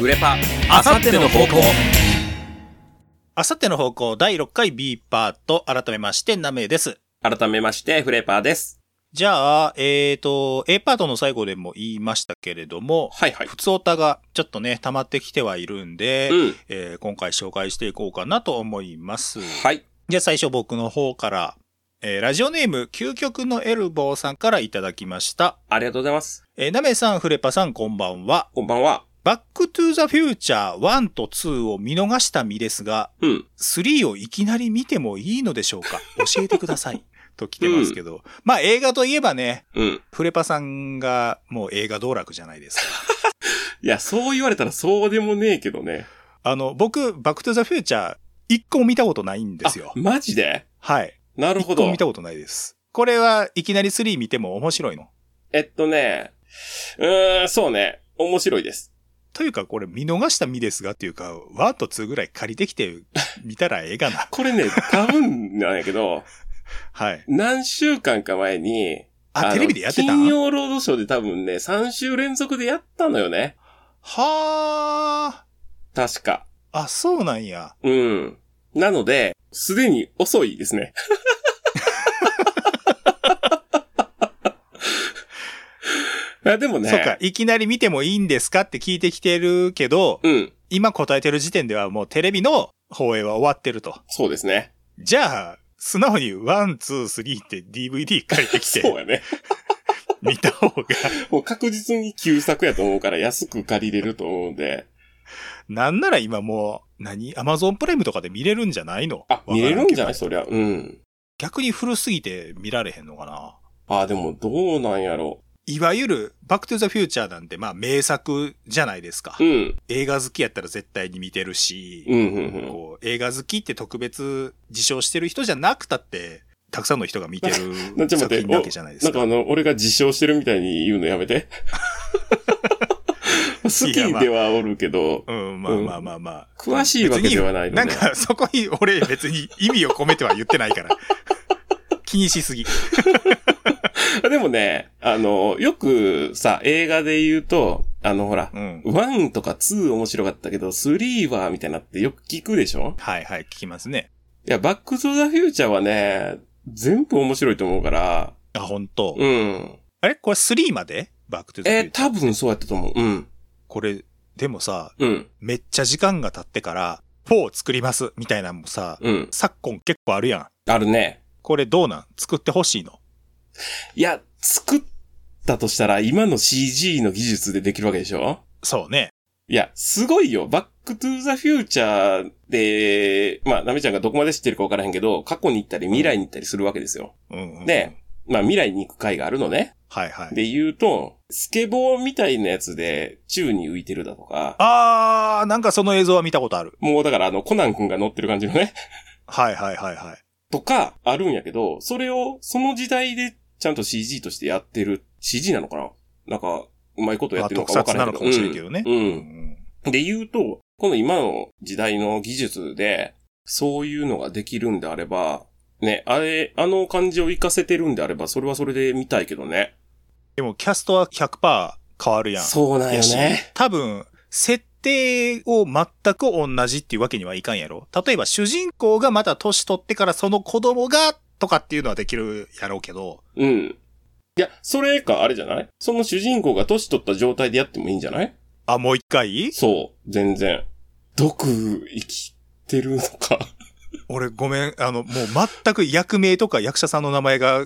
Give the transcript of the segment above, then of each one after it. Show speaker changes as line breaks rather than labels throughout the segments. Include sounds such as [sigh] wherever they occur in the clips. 売れパ
あさっての方向
あさっての方向第6回 B パート、改めましてナメです。
改めましてフレーパーです
じゃあ、えーと、A パートの最後でも言いましたけれども、
はいはい
普通オタがちょっとね、溜まってきてはいるんで、
うん
えー今回紹介していこうかなと思います。
はい
じゃあ最初僕の方から、えーラジオネーム、究極のエルボーさんからいただきました。
ありがとうございます
えー、ナメさん、フレパさん、こんばんは。
こんばんは
バックトゥーザフューチャー1と2を見逃した身ですが、
うん
3をいきなり見てもいいのでしょ
[laughs]
うか教えてください。と来てますけど。まあ映画といえばね、
うん
フレパさんがもう映画道楽じゃないですか。
いやそう言われたらそうでもねえけどね
あの、僕、バックトゥザフューチャー、一個も見たことないんですよ
あ。マジで
はい。
なる
一
ほ
個
ど
も見たことないです。これはいきなり3見ても面白いの。
えっとねうーんそうね面白いです。
というかこれ見逃した身ですがっていうか、1と2ぐらい借りてきて見たらええがな
これ
[laughs]
ね多分なんやけど
はい。
何週間か前に
あ、
の
テレビでやってた
金曜ロードショーで多分ね、3週連続でやったのよね。
は
確か。
あ。あ、そうなんや。
うん。なので、すでに遅い
[laughs]
ですね。あでもね。
そっか、いきなり見てもいいんですかって聞いてきてるけど、
うん。
今答えてる時点ではもうテレビの放映は終わってると。
そうですね。
じゃあ、素直にワン、ツー、スリーって DVD 借りてき
そう
て、
やね。
見た方が、
もう確実に旧作やと思うから安く借りれると思うんで。
なんなら今もう、何アマゾンプライムとかで見れるんじゃないの
あ、見れるんじゃない
わからけど
そりゃ。うん。
逆に古すぎて見られへんのかな
あ、でもどうなんやろ
いわゆる、バックトゥザフューチャーなんて、まあ名作じゃないですか。
う。うん。
映画好きやったら絶対に見てるし、
うん、うん、
こう、映画好きって特別自称してる人じゃなくたって、たくさんの人が見
[laughs]
て
な
る
んちょっと待
作
って
品なわけじゃないで
な
す
んか
か。
あの、俺が自称してるみたいに言うのやめ
[laughs]
て。好きではおるけど、
うん、まあまあまあまあ。
詳しいわけではないの
な
で。
んか、そこに俺別に意味を込めては言ってない
[laughs]
から。気にしすぎ。
でもね、あの、よくさ、映画で言うと、あの、ほら、
うん。
1とか2面白かったけど、3は、みたいなってよく聞くでしょ
はいはい、聞きますね。
いや、バックトゥザフューチャーはね、全部面白いと思うから、
あ、本当。
うん。
あれこれ3までバックトゥザフ
え
ュ
ー
ーチャー。
多分そうやったと思う。うん。
これ、でもさ、
うん。
めっちゃ時間が経ってから、4作ります、みたいなのもさ、
うん。
昨今結構あるやん。
あるね。
これどうなん作ってほしいの
いや、作ったとしたら、今の CG の技術でできるわけでしょ
そうね。
いや、すごいよ。バックトゥザフューチャーで、まあ、ナメちゃんがどこまで知ってるかわからへんけど、過去に行ったり未来に行ったりするわけですよ。
うん、うん。
ねまあ、未来に行く回があるのね。
はいはい。
で言うと、スケボーみたいなやつで宙に浮いてるだとか、
あー、なんかその映像は見たことある。
もうだからあの、コナン君が乗ってる感じのね、 [laughs]
はいはいはいはい。
とか、あるんやけど、それを、その時代でちゃんと CG としてやってる、CG なのかななんか、うまいことやってるのかわからへんけど。
まあ特撮なのかもしれんけどね
うん
う
うんで言うと、この今の時代の技術で、そういうのができるんであれば、ね、あれ、あの感じを活かせてるんであれば、それはそれで見たいけどね。
でもキャストは100%変わるやん。
そうなんよ
やし
ね。
多分、設定を全く同じっていうわけにはいかんやろ。例えば主人公がまた年取ってからその子供がとかっていうのはできるやろうけど、
うん。いや、それか、あれじゃないその主人公が年取った状態でやってもいいんじゃない
あ、もう一回
そう、全然。毒、生きてるのか。 [laughs]
俺ごめん、あの、もう全く役名とか役者さんの名前が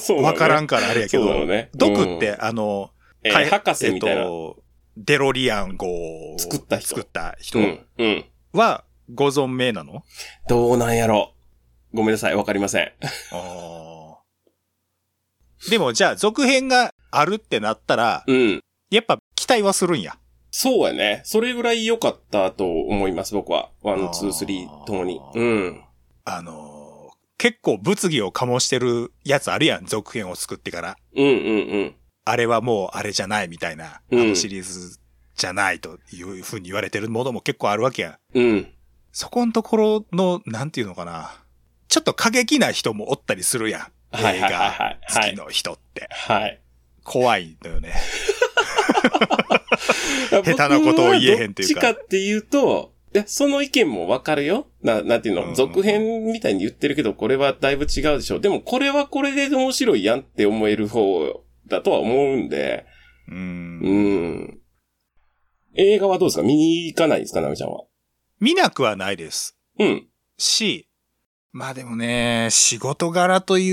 そうなのね
わからんからあれやけ
そうなの
ど、
ね
毒って、あの、
えー
開
博士みたいな。
えっとデロリアン号を
作った人
作った人
うん、うん。
はご存命なの、
どうなんやろごめんなさい、わかりません。
あーでもじゃあ続編があるってなったら、
うん。
やっぱ期待はするんや。
そうやね。それぐらい良かったと思います、僕は。ワ
あ
ン、
ー
ツー、スリーともに。うん。
あのー結構物議を醸してるやつあるやん、続編を作ってから。
うんうん
あれはもうあれじゃないみたいな、
うん
あのシリーズじゃないというふうに言われてるものも結構あるわけやん。
うん。うん。
そこのところの、なんていうのかな。ちょっと過激な人もおったりするやん。
はい
映
はいはい
画
はい
好きの人って。
はい。
怖いのよね。
下
手なことを言えへんっていうか
どっちかっていうと、いや、その意見もわかるよ。な、なんていうの、
うんうんうん
続編みたいに言ってるけど、これはだいぶ違うでしょ。でも、これはこれで面白いやんって思える方だとは思うんで、
う。
うんん。映画はどうですか見に行かないですか、なみちゃんは。
見なくはないです。
うん。
し、まあでもね、仕事柄とい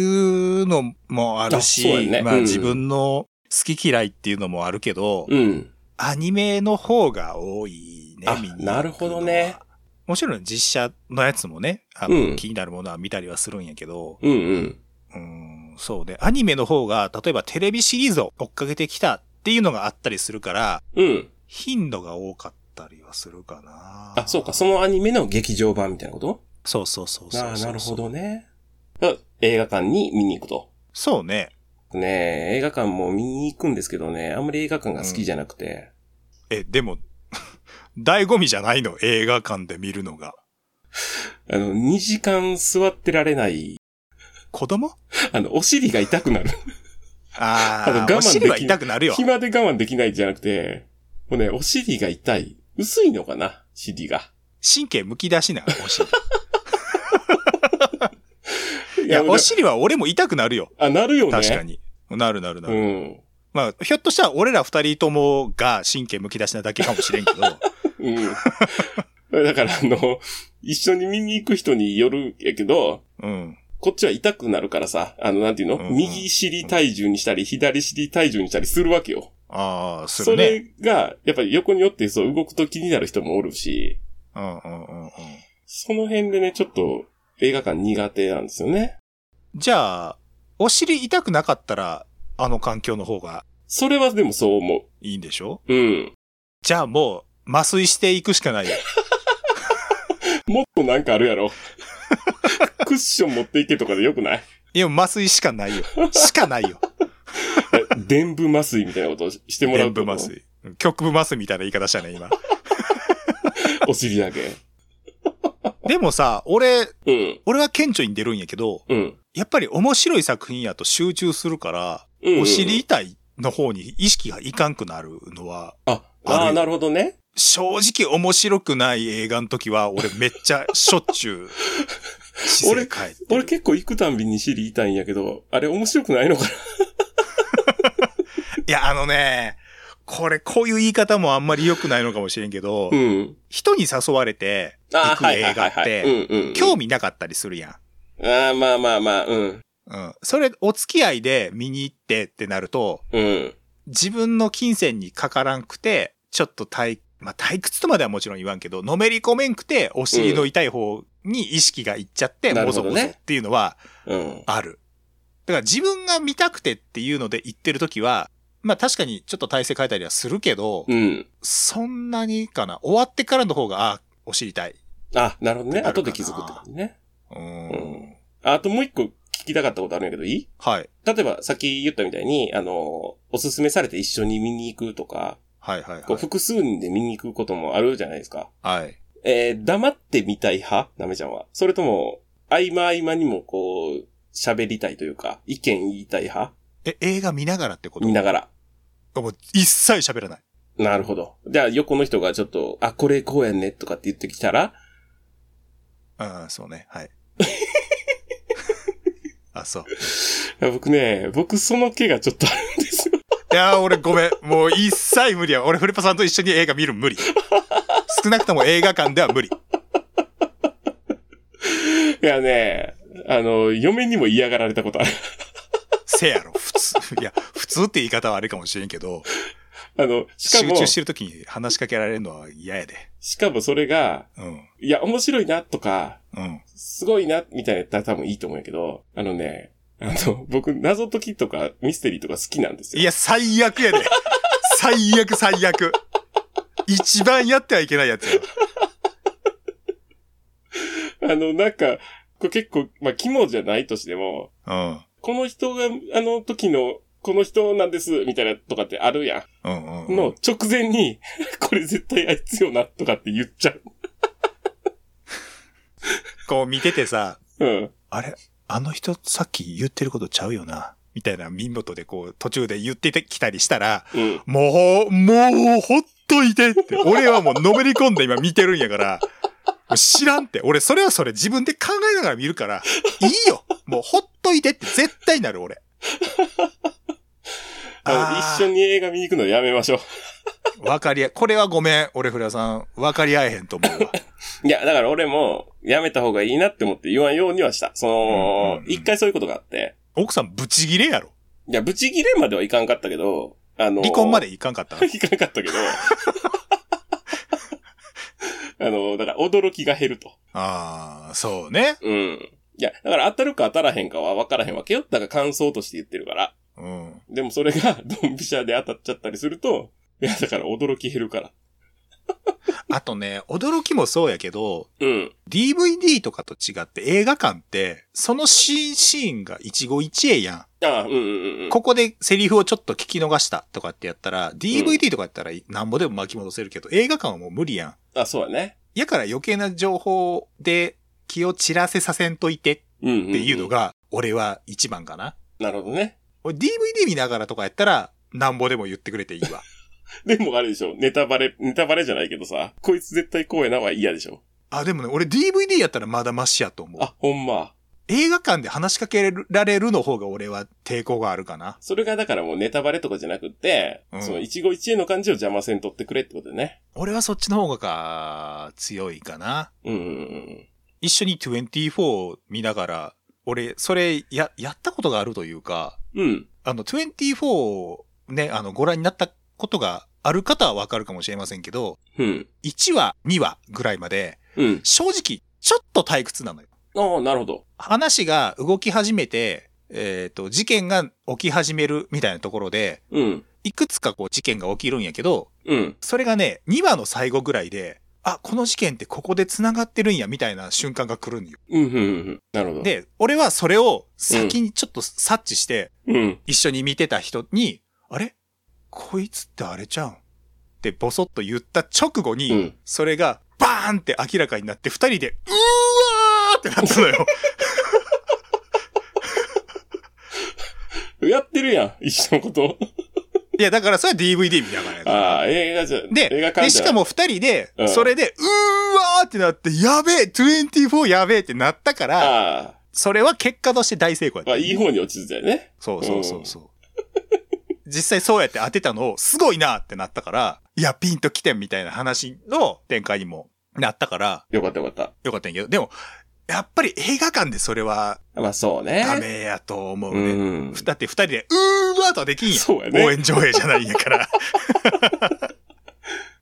うのもあ
あそ
る
う
し、
やね
まあ
うん
自分の好き嫌いっていうのもあるけど、
うん。
アニメの方が多いね
あ、
みんな。
なるほどね。
もちろん実写のやつもね、あの、
うん
気になるものは見たりはするんやけど、
うんうん。
うん、そうで、アニメの方が、例えばテレビシリーズを追っかけてきたっていうのがあったりするから、
うん。
頻度が多かったりはするかな。
あ、そうか、そのアニメの劇場版みたいなこと
そうそうそうそうそう
ああ、なるほ。どね。あ映画館に見に行くと。
そうね。
ねえ、映画館も見に行くんですけどね、あんまり映画館が好きじゃなくて。
え、でも、 [laughs] 醍醐味じゃないの映画館で見るのが。
あの、2時間座ってられない。
子供
あの、お尻が痛くなる。
あ
あの
あ、
我慢できん
お尻は痛くなるよ。
暇で我慢できないじゃなくて、もうね、お尻が痛い。薄いのかな尻が。
神経むき出しな、
[laughs]
お尻。
い
いや、
もう
お尻は俺も痛くなるよ。
あ、なるよね。
確かに。なるなるなる。
うん。
まあ、ひょっとしたら俺ら二人ともが神経むき出しなだけかもしれんけど。 [laughs]
うん。 [laughs] だから、あの、一緒に見に行く人によるやけど、
うん。
こっちは痛くなるからさ、あの、なんていうの、
うんうん
右尻体重にしたり、左尻体重にしたりするわけよ。
ああ、す
そ
るね。
れが、やっぱり横によってそう動くと気になる人もおるし、
うんうんうんうん。
その辺でね、ちょっと映画館苦手なんですよね。
じゃあ、お尻痛くなかったら、あの環境の方が
それはでもそう思
いいんでしょ
う。うん。
じゃあもう、麻酔していくしかないよ。
[laughs] もっとなんかあるや
[laughs]
ろ。クッション持っていけとかでよくない
いや、麻酔しかないよ。しかないよ。
伝部麻酔みたいなことをしして [laughs] もら
全
うと。
部麻。酔。局部麻酔みたいな言い方したね、今。
お尻だけ。
でもさ、俺、
うん。
俺は顕著に出るんやけど、
うん。
やっぱり面白い作品やと集中するから、
うん、
お尻痛いの方に意識がいかんくなるのは、
あ、
ある
あ
よ
あ、なるほどね。
正直面白くない映画の時は、俺めっちゃしょっちゅう、姿勢変えてる
[laughs] 俺結構行くたんびに尻痛いんやけど、あれ面白くないのかない
や、あのね、これ、こういう言い方もあんまり良くないのかもしれんけど、
うん。
人に誘われて
あ
行
あ、
く
はいは
映
い
画
はい、
っ
はい。
て、
うんうん。
興味なかったりするやん。
ああ、まあまあまあ、うん。
うん。それ、お付き合いで見に行ってってなると、
うん。
自分の金銭にかからんくて、ちょっと退、まあ、退屈とまではもちろん言わんけど、のめり込めんくて、お尻の痛い方に意識がいっちゃって、
な
も
る
ぞ
ほど
も
ね
ぞっていうのは
うん。
ある。だから自分が見たくてっていうので行ってる時は、まあ確かにちょっと体勢変えたりはするけど、
うん。
そんなにかな。終わってからの方が、あ、お尻痛い。
あ、なるほどね。
ってなる
後
かな
で気づくって感じね。
うー
うん
ん。
あともう一個聞きたかったことあるんやけど、いい
はい。
例えば、さっき言ったみたいに、あの、おすすめされて一緒に見に行くとか、
はいはいは
こう
い。
複数人で見に行くこともあるじゃないですか。
はい。
えー、黙ってみたい派なめちゃんは。それとも、合間合間にもこう、喋りたいというか、意見言いたい派
え、映画見ながらってこと
見ながら。
もう一切喋らない。
なるほど。じゃあ、横の人がちょっと、あ、これこうやんね、とかって言ってきたら、
うん、そうね。
[laughs]
はい。あ、そ
い
う。
や僕ね、僕その毛がちょっと [laughs] あるんですよ。
いやー、俺ごめん。もう一切無理や。俺、フリパさんと一緒に映画見るの無理。少なくとも映画館では無理。
いやね、あの、嫁にも嫌がられたことある。
せやろ、普通。いや、普通って言い方はあれかもしれんけど、
あの、しか
集
も、
中してる時に話しかけられるのは嫌やで。
しかもそれが、
うん。
いや、面白いなとか、
うん。
すごいな、みたいなやったら多分いいと思うんやけど、あのね、あの、 [laughs] 僕、謎解きとかミステリーとか好きなんですよ。
いや、最悪やで。最悪、最悪。一番やってはいけないやつや。
あの、なんか、これ結構、まあ、肝じゃないとしても、
うん。
この人が、あの時の、この人なんです、みたいなとかってあるや
うんうん
ん。
うん、
の直前に、 [laughs] これ絶対あいつよな、とかって言っちゃう。
こう見ててさ、
うん。
あれあの人さっき言ってることちゃうよな。みたいな見事でこう、途中で言ってきたりしたら、
うん。
もう、もう、ほっといてって。俺はもうのめり込んで今見てるんやから、もう知らんって。俺、それはそれ自分で考えながら見るから、いいよもうほっといてって絶対なる、俺。
あの
あー
一緒に映画見に行くのやめましょう。
わかりや、これはごめん、俺、フラさん。わかり合えへんと思うわ。
いや、だから俺も、やめた方がいいなって思って言わんようにはした。その
うんうん、うん
一、回そういうことがあって。
奥さん、ブチギレやろ。
いや、ブチギレまではいかんかったけど、あの、
離婚ま
で
でいかんかった。
いかんかったけど、あの、だから驚きが減ると。
[laughs] ああ、そうね。
うん。いや、だから当たるか当たらへんかは分からへんわけよ。だから感想として言ってるから。
うん。
でもそれが [laughs] ドンピシャで当たっちゃったりすると、いや、だから驚き減るから。
あとね、驚きもそうやけど、
うん。
DVD とかと違って映画館って、そのシーンシーンが一期一会やん。
ああ、うんうんうんうん。
ここでセリフをちょっと聞き逃したとかってやったら、DVD とかやったらなんぼでも巻き戻せるけど、映画館はもう無理やん。
あ、そうやね。
やから余計な情報で気を散らせさせんといてっ
うんんん
ていうの。が、俺は一番かな。
なるほどね。
俺 DVD 見ながらとかやったら、なんぼでも言ってくれていいわ。
[laughs] でもあれでしょ。ネタバレ、ネタバレじゃないけどさ、こいつ絶対こうやなは嫌でしょ。
あ、でもね、俺 DVD やったらまだマシやと思う。
あ、ほんま。
映画館で話しかけられるの方が俺は抵抗があるかな。
それがだからもうネタバレとかじゃなくって、
うん
その一期一会の感じを邪魔せんとってくれってことでね。
俺はそっちの方が強いかな。
うんうんうん。
一緒に24を見ながら、俺、それ、や、やったことがあるというか、
うん。
あの、24をね、あの、ご覧になったことがある方はわかるかもしれませんけど、
うん。
1話、2話ぐらいまで、
うん。
正直、ちょっと退屈なのよ。
ああ、なるほど。
話が動き始めて、えっ、と、事件が起き始めるみたいなところで、
うん。
いくつかこう事件が起きるんやけど、
うん。
それがね、2話の最後ぐらいで、あ、この事件ってここで繋がってるんや、みたいな瞬間が来るんよ。
うん、うん、うん。なるほど。、
で、俺はそれを先にちょっと察知して、
うん。
一緒に見てた人に、あれこいつってあれちゃうんってボソッと言った直後に、
うん
それがバーンって明らかになって、二人で、うーわーってなったの
[laughs]
よ。
やってるやん、一緒のこと。
いや、だからそれは DVD 見ながらやから
ああ、映画じゃ、
で
映画
で、しかも二人で
う、ん
それで、うーわーってなって、やべえ !24 やべえってなったから、
あ
それは結果として大成功やっ
あ、ま
た。
あ、いい方に落ちてたよね。
そうそうそうそう。 [laughs] 実際そうやって当てたのを、すごいなってなったから、いや、ピンと来てんみたいな話の展開にもなったから、
よかったよかっ
よかったんやけど、でも、やっぱり映画館でそれは
た。まあ、そうね。
ダメやと思う
う
ね。
ん。
だって二人で、うーわーとはできんやん。
そうやね
応援上映じゃないんや
[laughs]
から。
だか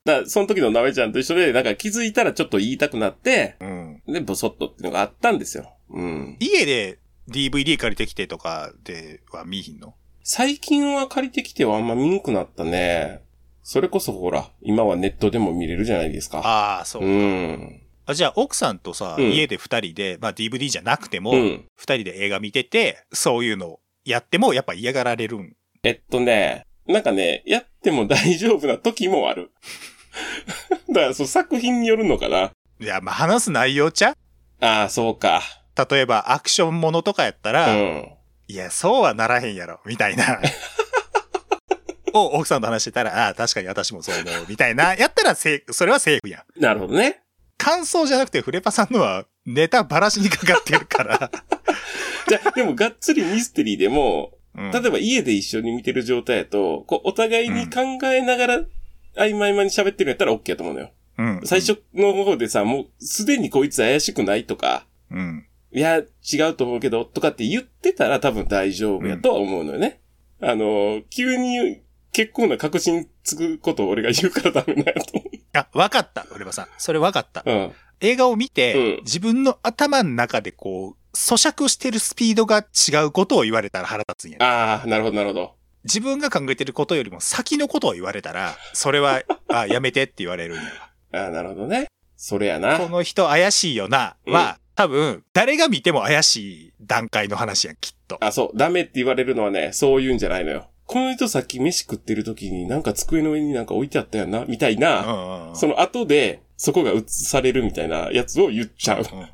らその時のなべちゃんと一緒で、なんか気づいたらちょっと言いたくなって、
うん。
で、ボソッとっていうのがあったんですよ。うん。
家で DVD 借りてきてとかでは見ひんの
最近は借りてきてはあんま見んくなったね。それこそほら、今はネットでも見れるじゃないですか。
ああ、そうう。
ん。
あじゃあ、奥さんとさ、
うん
家で二人で、まあ DVD じゃなくても、
う
二、
ん。
人で映画見てて、そういうのをやっても、やっぱ嫌がられるん。
えっとね、なんかね、やっても大丈夫な時もある。 [laughs] だから、そう、作品によるのかな。
いや、まあ話す内容ちゃ
ああ、そうか。
例えば、アクションものとかやった
う
ら、
ん。
いや、そうはならへんやろ、みた
[laughs]
いな。を奥さんと話してたら、ああ、確かに私もそう思う、みたいな。やったらセーフ、それはセーフやん。
なるほどね。
感想じゃなくて、フレパさんのは、ネタばらしにかかってる
[laughs]
から。
じゃあ、でもがっつりミステリーでも、
うん
例えば家で一緒に見てる状態やと、こう、お互いに考えながら、曖昧に喋ってるんやったら OK やと思うのよ。
うん
最。初の方でさ、もうすでにこいつ怪しくないとか、
うん。
いや、違うと思うけど、とかって言ってたら多分大丈夫やとは思うのよね。あのー、急に結構な確信つくことを俺が言うからダメだよと
あ、わかった、フレパさん。それわかった。
思う。
映画を見て、
うん
自分の頭の中でこう、咀嚼してるスピードが違うことを言われたら腹立つんや
うん。。ああ、なるほど、なるほど。
自分が考えてることよりも先のことを言われたら、そ
[laughs]
れは、あ、やめてって言われるんやわ。
ああ、なるほどね。それやな
こ。の人怪しいよな、は、多分、誰が見ても怪しい段階の話やん、きっと。
あ、そう、ダメって言われるのはね、そういうんじゃないのよ。この人さっき飯食ってる時になんか机の上になんか置いてあったよな、みたいな。
うんうんうん。
その後で、そこが映されるみたいなやつを言っちゃう。
うん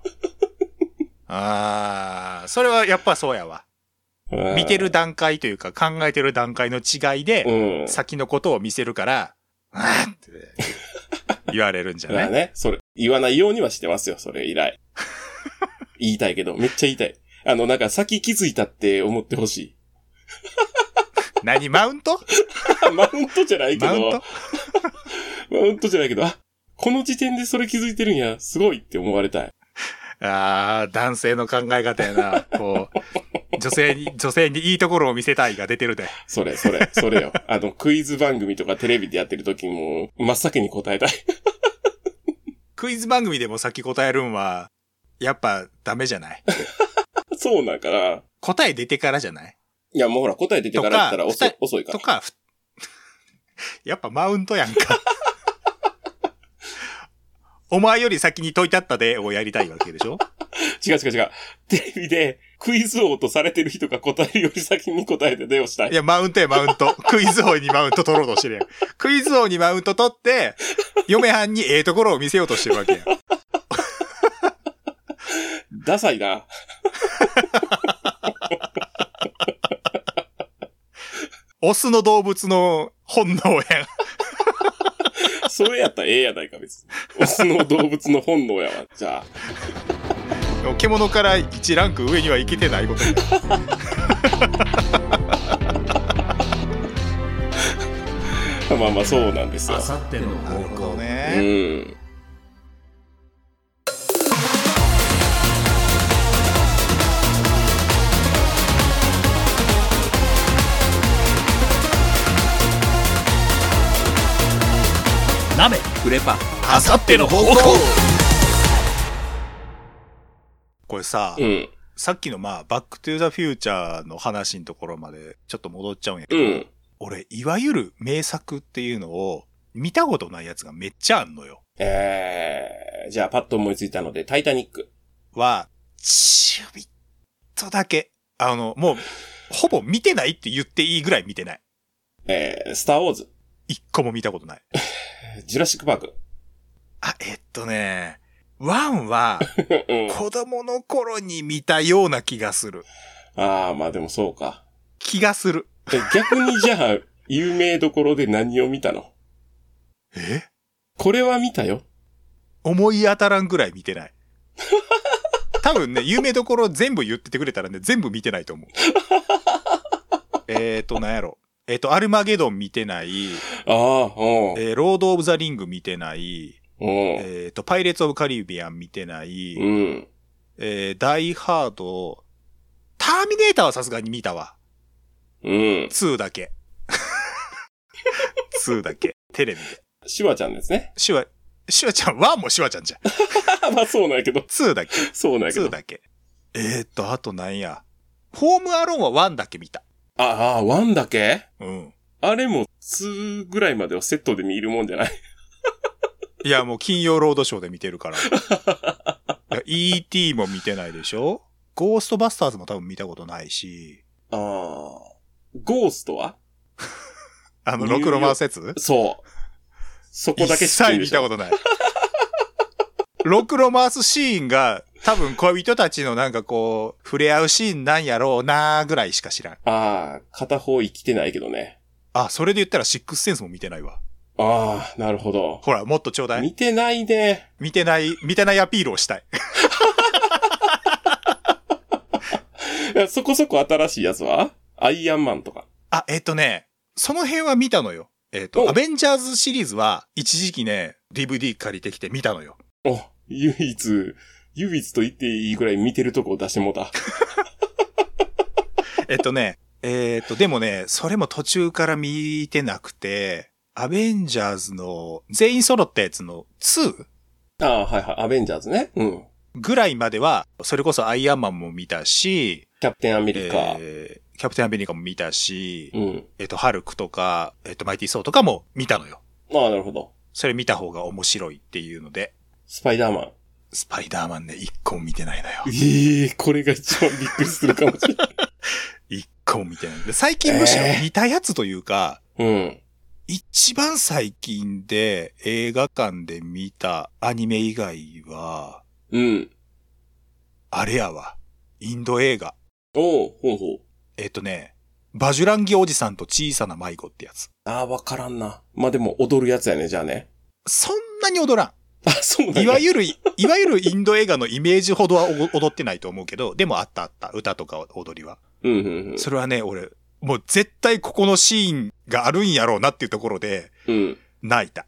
あー、それはやっぱそうやわ。
うん
[laughs] 見てる段階というか考えてる段階の違いで、
うん。
先のことを見せるから、あーって言われるんじゃ
だか
な
ら
い
ね、それ、言わないようにはしてますよ、それ以来。言いたいけど、めっちゃ言いたい。あの、なんか先気づいたって思ってほしい。 [laughs]
何マウント
マウントじゃないけど、
マ
マ
ウ
ウ
ン
ン
ト
トじゃないけど、あ、この時点でそれ気づいてるんや、すごいって思われたい。
ああ、男性の考え方やな。こう、女性に、女性にいいところを見せたいが出てるで。
それ、それ、それ
[laughs]
よ。あの、クイズ番組とかテレビでやってる時も、真っ先に答えたい。 [laughs]
クイズ番組でも先答えるんは、やっぱダメじゃない
そうなんかな。
答え出てからじゃない
いや、もうほら、答え出てからだったら
とか
遅い遅いか
と
ら。
か、ふ [laughs] やっぱマウントやんか。
[laughs]
お前より先に解いてあったでをやりたいわけでしょ
違う違う違う。テレビで、クイズ王とされてる人が答えるより先に答えて出をしたい
い。や、マウントや、マウント。クイズ王にマウント取ろうとしてるやん。クイズ王にマウント取って、嫁はんにええところを見せようとしてるわけやん。
ダサいな。
オスの動物の本能やん。
それやったらええやないか、別に。 [laughs] オスの動物の本能やわ。じゃあ。
でも獣から1ランク上には行けてないことになる
まあまあ、そうなんですよ。
さっての方向
ね。
うん。
鍋フレパ
あさっての方向これさ、
うん。
さっきのまあ、バックトゥーザフューチャーの話のところまでちょっと戻っちゃうんやけ
う
ど、
ん。
俺、いわゆる名作っていうのを見たことないやつがめっちゃあんのよ。
えー、じゃあ、パッと思いついたので、タイタニック。
は、ちびっとだけ。あの、もう、ほぼ見てないって言っていいぐらい見てない。
えー、スターウォーズ。
一個も見たことない。
ジュラシックパーク。
あ、えっとね、ワンは、
うん。
子供の頃に見たような気がする。
ああ、まあでもそうか。
気がする。
え逆にじゃあ、有名どころで何を見たの
え
これは見たよ。
思い当たらんぐらい見て [laughs] ない。多分ね、有名どころ全部言っててくれたらね、全部見てないと思う。えっと、なんやろ。えっ、と、アルマゲドン見てない、
ああ、うん。
えーロード・オブ・ザ・リング見てない、
うん。
えっ、と、パイレーツ・オブ・カリビアン見てない、
うん。
えーダイ・ハード、ターミネーターはさすがに見たわ。
うん。
2だけ。2だけ。テレビで。
シュワちゃんですね。 [laughs]
シュワ、シュワちゃん、ワンもシュワちゃんじゃん。
まあそうなんやけど。
ツーだけ、
そうなんやけ
ツー
ど。
だけ。えー、っと、あとなんや。ホームアローンはワンだけ見た。
ああ、ワンだけ
うん。
あれも2ぐらいまではセットで見るもんじゃない
いや、もう金曜ロードショーで見て
[laughs]
るから。いや ET も見てないでしょゴーストバスターズも多分見たことないし。
ああ。ゴーストは
あ
ニ
の、
ューヨー
ロクロマン説
そう。そこだけ
一
知って
切
るで
見
したょ。
ことない。ロクロマースシーンが多分恋人たちのなんかこう、触れ合うシーンなんやろうなーぐらいしか知らん。
ああ、片方生きてないけどね。
あ、それで言ったらシックスセンスも見てないわ。
ああ、なるほど。
ほら、もっとちょうだい。
見てないね。
見てない、見てないアピールをしたい。
いやそこそこ新しいやつはアイアンマンとか。
あ、えっ、とね、その辺は見たのよ。えっ、と、
お
アベンジャーズシリーズは一時期ね、DVD 借りてきて見たのよ。
お、唯一、唯一と言っていいぐらい見てるとこを出してもうた。
えっとね、えっと、でもね、それも途中から見てなくて、アベンジャーズの全員揃ったやつの 2?
ああ、はいはい。アベンジャーズね。うん。
ぐらいまでは、それこそアイアンマンも見たし、
キャプテンアメリカ。
えーキャプテンアメリカも見たし、
うん。
えっと、ハルクとか、えっと、マイティーソーとかも見たのよ。
ああ、なるほど。
それ見た方が面白いっていうので、
スパイダーマン。
スパイダーマンね、一個も見てないのよ。
[laughs] ええこれが一番びっくりするかもしれない。
一個も見てない。で最近むしろ見たやつというか、
うん。
一番最近で映画館で見たアニメ以外は、
うん。
あれやわ。インド映画。
おう、ほうほう。
えっとね、バジュランギおじさんと小さな迷子ってやつ。
ああ、わからんな。まあ、でも踊るやつやね、じゃあね。
そんなに踊ら
あ、そうなん
ん。
や
いわゆる、いわゆるインド映画のイメージほどはお踊ってないと思うけど、でもあったあった。歌とか踊りは。
うんうん
それはね、俺、もう絶対ここのシーンがあるんやろうなっていうところで、
うん。うん。
泣
[laughs]
いた。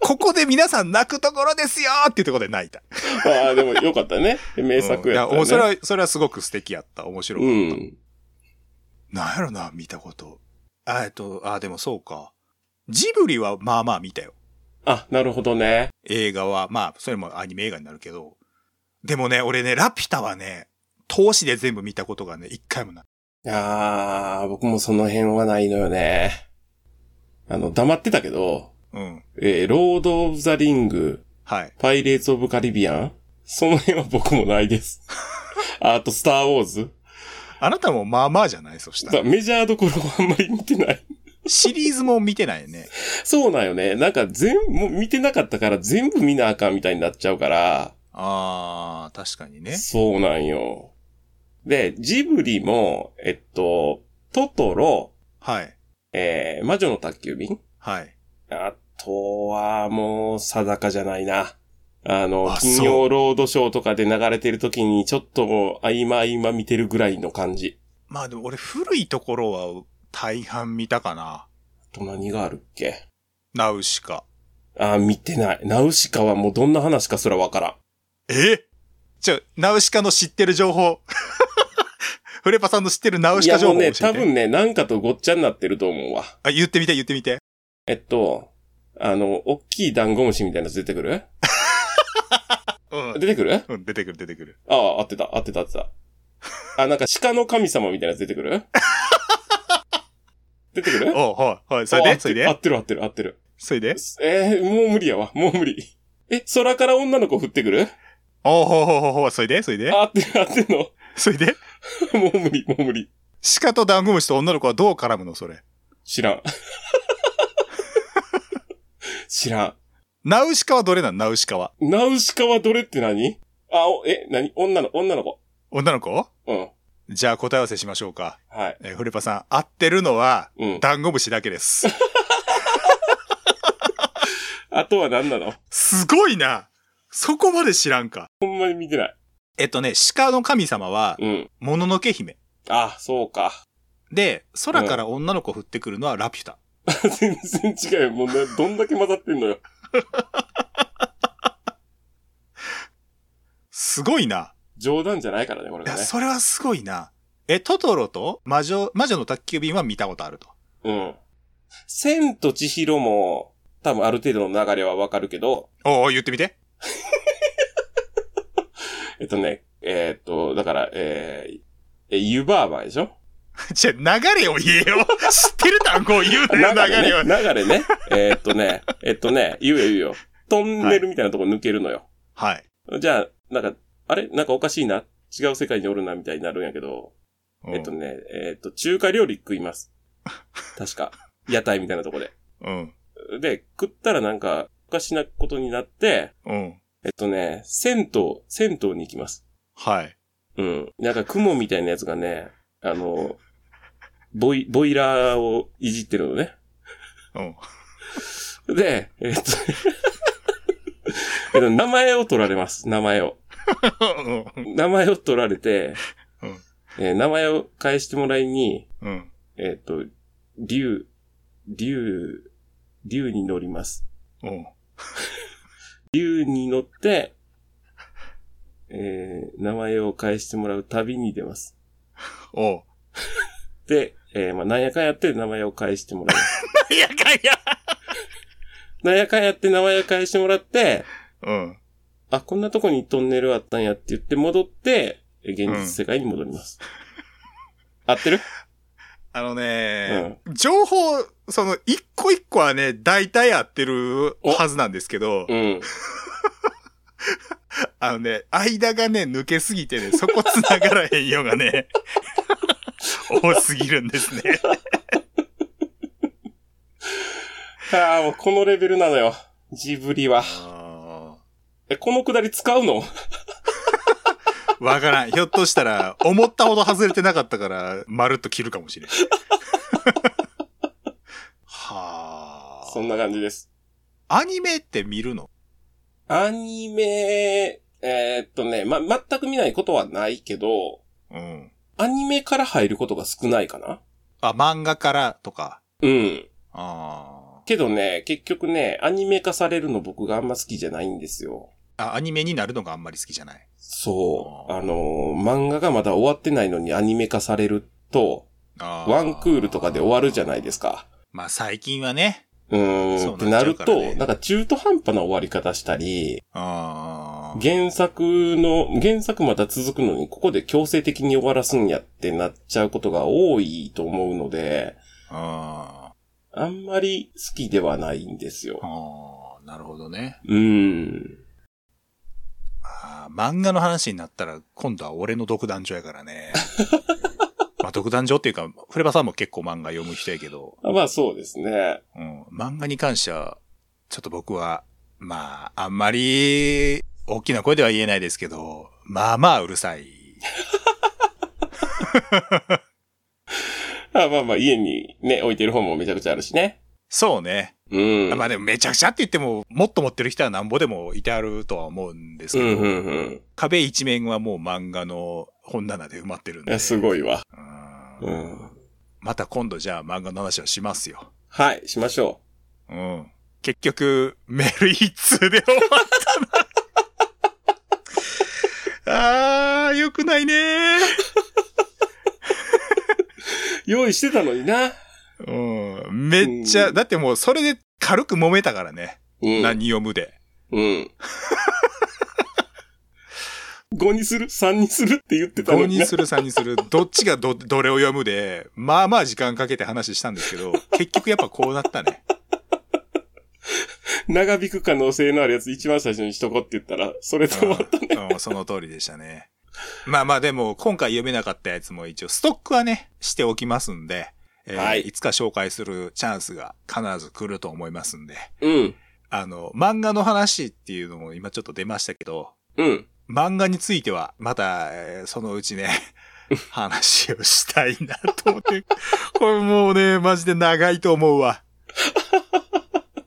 ここで皆さん泣くところですよーっていうところで泣いた。
ああ、でもよかったね。名作やった、
うんい
ね。
おそれは、それはすごく素敵やった。面白か
う
った。
ん。
なんやろな、見たこと。あ、えっと、あ、でもそうか。ジブリはまあまあ見たよ。
あ、なるほどね。
映画は、まあ、それもアニメ映画になるけど。でもね、俺ね、ラピュタはね、投資で全部見たことがね、一回もない。
ああ、僕もその辺はないのよね。あの、黙ってたけど、
うん。
えーロード・オブ・ザ・リング、
はい。
パイレーツ・オブ・カリビアン、その辺は僕もないです。 [laughs] あと、スター・ウォーズ。
あなたもまあまあじゃないそした
だ
ら。
メジャーどころはあんまり見てない。
シリーズも見てないよね。
そうなんよね。なんか全部、もう見てなかったから全部見なあかんみたいになっちゃうから。
あー、確かにね。
そうなんよ。で、ジブリも、えっと、トトロ、
はい。
えー、魔女の宅急便
はい。
あとは、もう、定かじゃないな。あの、
あ
金曜ロードショーとかで流れてる時に、ちょっと、合間合間見てるぐらいの感じ。
まあでも俺、古いところは大半見たかな。
あと何があるっけ
ナウシカ。
あー、見てない。ナウシカはもうどんな話かすらわからん。
えちょ、ナウシカの知ってる情報。 [laughs] フレパさんの知ってるナウ
い
シカ
や、
情
もう
報を教え
ね、
て。
多分ね、なんかとごっちゃになってると思うわ。
あ、言ってみて、言ってみて。
えっと、あの、おっきいダンゴムシみたいなやつ出てくる
うん。
出てくる
うん、出てくる、出てくる。
ああ、合ってた、合ってた、合ってた。あ、なんか鹿の神様みたいなやつ出てく
[laughs]
る出てくる
おう、はい、はい。それ
あ合っ
で、
て
それ
合
で、
ってる合ってる合ってる。
それで。
[laughs] えー、もう無理やわ。もう無理。え、空から女の子降ってくる
おう、ほうほうほうほう、それで、それで、
あ合ってる合ってるの。 [laughs]
それで、
もう無理、もう無理。
鹿とダンゴムシと女の子はどう絡むの、それ。
知らん。 [laughs] 知ら
ナウシカはどれなんナウシカは。
ん。ナウシカはどれって何あ、お、え、何女の、女の子。
女の子
うん。
じゃあ答え合わせしましょうか。
はい。
えーフレパさん、合ってるのは、
うん。
ダンゴムシだけです。
あとは何なの
すごいなそこまで知らんか。
ほんまに見てない。
えっとね、鹿の神様は、
うん。
もののけ姫。
あ、そうか。 [laughs]
で、空から女の子降ってくるのはラピュタ。
全然違うよ。もうな、どんだけ混ざってんのよ。
すごいな。
冗談じゃないからね、これ
い
が
や、
ね。
それはすごいな。え、トトロと魔女、魔女の宅急便は見たことあると。
うん。千と千尋も、多分ある程度の流れはわかるけど、
おうおう、言ってみて。
えっとね、えーっと、だから、えー、え、湯婆婆でしょ
じゃ、流れを言えよ。 [laughs] 知ってる単語を言うなよ、 [laughs] 流れを。
ね。流れね。えーっとね、えっとね、言うよ言うよ。トンネルみたいなとこ抜けるのよ。
はい。
じゃあ、なんか、あれなんかおかしいな。違う世界におるな、みたいになるんやけど、
うん
えっとね、えーっと、中華料理食います。確か。屋台みたいなとこで。
うん。
で、食ったらなんか、おかしなことになって、
うん。
えっとね、銭湯、銭湯に行きます。
はい。
うん。なんか雲みたいなやつがね、あの、ボイ、ボイラーをいじってるのね。
うん。 [laughs]
で、えっと、 [laughs] えっと名前を取られます。名前を。
うん
名前を取られて、
うん
えー名前を返してもらいに、
うん。
えっと、竜、竜、竜に乗ります。
うん。
竜に乗って、えー名前を返してもらう旅に出ます。
おう。 [laughs]
で、えーまあ、なんやかんやって名前を返してもらう。
いやかいや。
なんやかんやって名前を返してもらって、
うん。
あ、こんなとこにトンネルあったんやって言って戻って、現実世界に戻ります。合ってる
あのね、情報、その、一個一個はね、大体合ってるはずなんですけど、
うん。
あのね、間がね、抜けすぎてね、そこ繋がらへんよ
[laughs]
がね、多すぎるんですね。
ああ、もうこのレベルなのよ。ジブリは。え、このくだり使うの
わからん。ひょっとしたら、思ったほど外れてなかったから、まるっと切るか
[laughs]
もしれん。は
そんな感じです。
あ。アニメって見るの
アニメ、えーっとね、ま、全く見ないことはないけど、
うん。
アニメから入ることが少ないかな
あ、漫画からとか。
うん。
あ
けどね、結局ね、アニメ化されるの僕があんま好きじゃないんですよ。
ーあ。アニメになるのがあんまり好きじゃない。
そう。
あー
あのー、漫画がまだ終わってないのにアニメ化されると、
あー
ワンクールとかで終わるじゃないです。か。
まあ最近はね。
うーん。
そ
っ
う
て
な
な
っちゃ
る
うから
と、
ね
なんか中途半端な終わり方したり、
あー
原作の、原作また続くのに、ここで強制的に終わらすんやってなっちゃうことが多いと思うので、
あ
あんまり好きではないんですよ
ー。。あーなるほどね。
うん。
あー漫画の話になったら、今度は俺の独壇場やか
[laughs]
らね。まあ独壇場っていうか、フレバさんも結構漫画読む人やけど、
あまあそうですね。
うん、漫画に関しては、ちょっと僕は、まあ、あんまり、大きな声では言えないですけど、まあまあうるさい。
あまあまあ家にね、置いてる本もめちゃくちゃあるしね。
そうね。
うん。
まあでもめちゃくちゃって言っても、もっと持ってる人はなんぼでもいてあるとは思うんです
う
け
ん
ど、
うんうん。い
壁一面はもう漫画の本棚で埋まってるんで。
や、すごいわ。
うん
うん。
また今度じゃあ漫画の話をしますよ。
はい、しましょ
うん。結局、メール一通で終わったな。あー、良くないね
う。用意してたのにな。
うん。めっちゃ、
うん
だってもうそれで軽く揉めたからね。
うん。
何読むで。
うん。5にする ?3 にするって言ってたの
5
に
に
な。
する3にする、 [laughs] どっちがど、どれを読むで、まあまあ時間かけて話したんですけど、結局やっぱこうなったね。
長引く可能性のあるやつ一番最初にしとこうって言ったら、それで終わった。
うんうんその通りでしたね。まあまあでも、今回読めなかったやつも一応、ストックはね、しておきますんで、えー
はい
い、つか紹介するチャンスが必ず来ると思いますんで、
うん。
あの、漫画の話っていうのも今ちょっと出ましたけど、
うん。
漫画については、また、えーその
[laughs]
うちね、話をしたいなと思って、これもうね、マジで長いと思う
[laughs]
わ。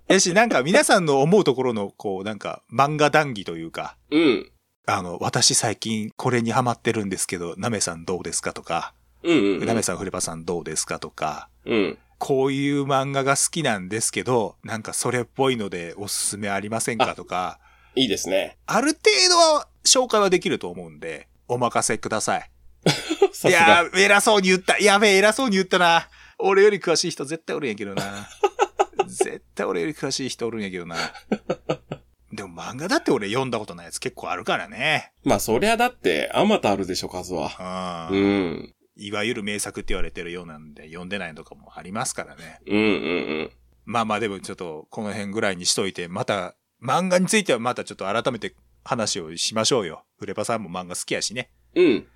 やし、なんか皆さんの思うところの、こう、なんか、漫画談義というか、
うん。
あの、私最近これにハマってるんですけど、ナメさんどうですかとか、
うんうんうん。
ナメさん、フレパさんどうですかとか、
うん。
こういう漫画が好きなんですけど、なんかそれっぽいのでおすすめありませんかとか、
いいです
[laughs]
ね。
ある程度は紹介はできると思うんで、お任せください。い
さす
や
が。
ー、偉そうに言った。やべえ、偉そうに言ったな。俺より詳しい人絶対おるんやけ
[laughs]
どな。絶対俺より詳しい人おるんやけどな。でも漫画だって俺読んだことないやつ結構あるからね。
まあそりゃだって、あまたあるでしょ、数は。
うん
う。ん。
いわゆる名作って言われてるようなんで、読んでないのとかもありますからね。
うんうん
まあまあでもちょっと、この辺ぐらいにしといて、また、漫画についてはまたちょっと改めて話をしましょうよ。フレパさんも漫画好きやしね。
うん。うん。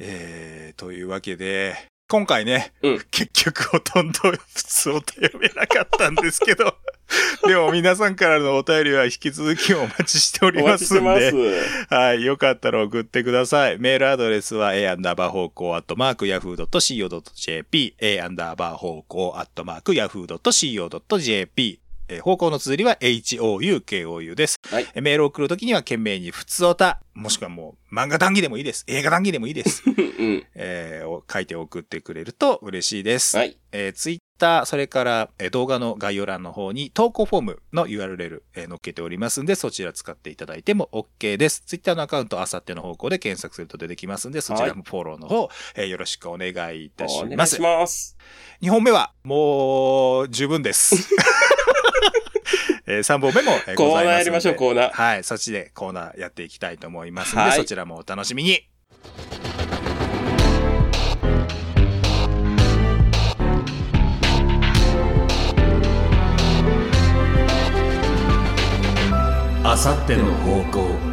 えー、というわけで、今回ね、
うん
結局ほとんど普通お便りなかったんですけど、でも皆さんからのお便りは引き続きお待ちしており
お
ま
待ちし
す
て
ん
ま
で。
す。
はい。よかったら送ってください。メールアドレスは a アンダーバー方向アットマーク yahoo.co.jp a アンダーバー方向アットマーク yahoo.co.jp えー方向の綴りは houkou です。
はい
えーメールを送るときには懸命に普通おた、もしくはもう漫画談義でもいいです。映画談義でもい
[laughs]
いです。
うん。
えーを書いて送ってくれると嬉しいです。
はい。
えー、ツイッター、それから、えー動画の概要欄の方に投稿フォームの URL、えー載っけておりますんで、そちら使っていただいても OK です。ツイッターのアカウント、あさっての方向で検索すると出てきますんで、そちらもフォローの方、えーよろしくお願いいたし
お願
ま
い
す
し。ます。
2本目は、もう、十分
[laughs]
です。え3本目も、えー
コ
ござ
ー
い
ナー
ますんで
やりましょう、コーナー。
はい、そっちでコーナーやっていきたいと思いますんで、
はい
そちらもお楽しみに。
あさっての方向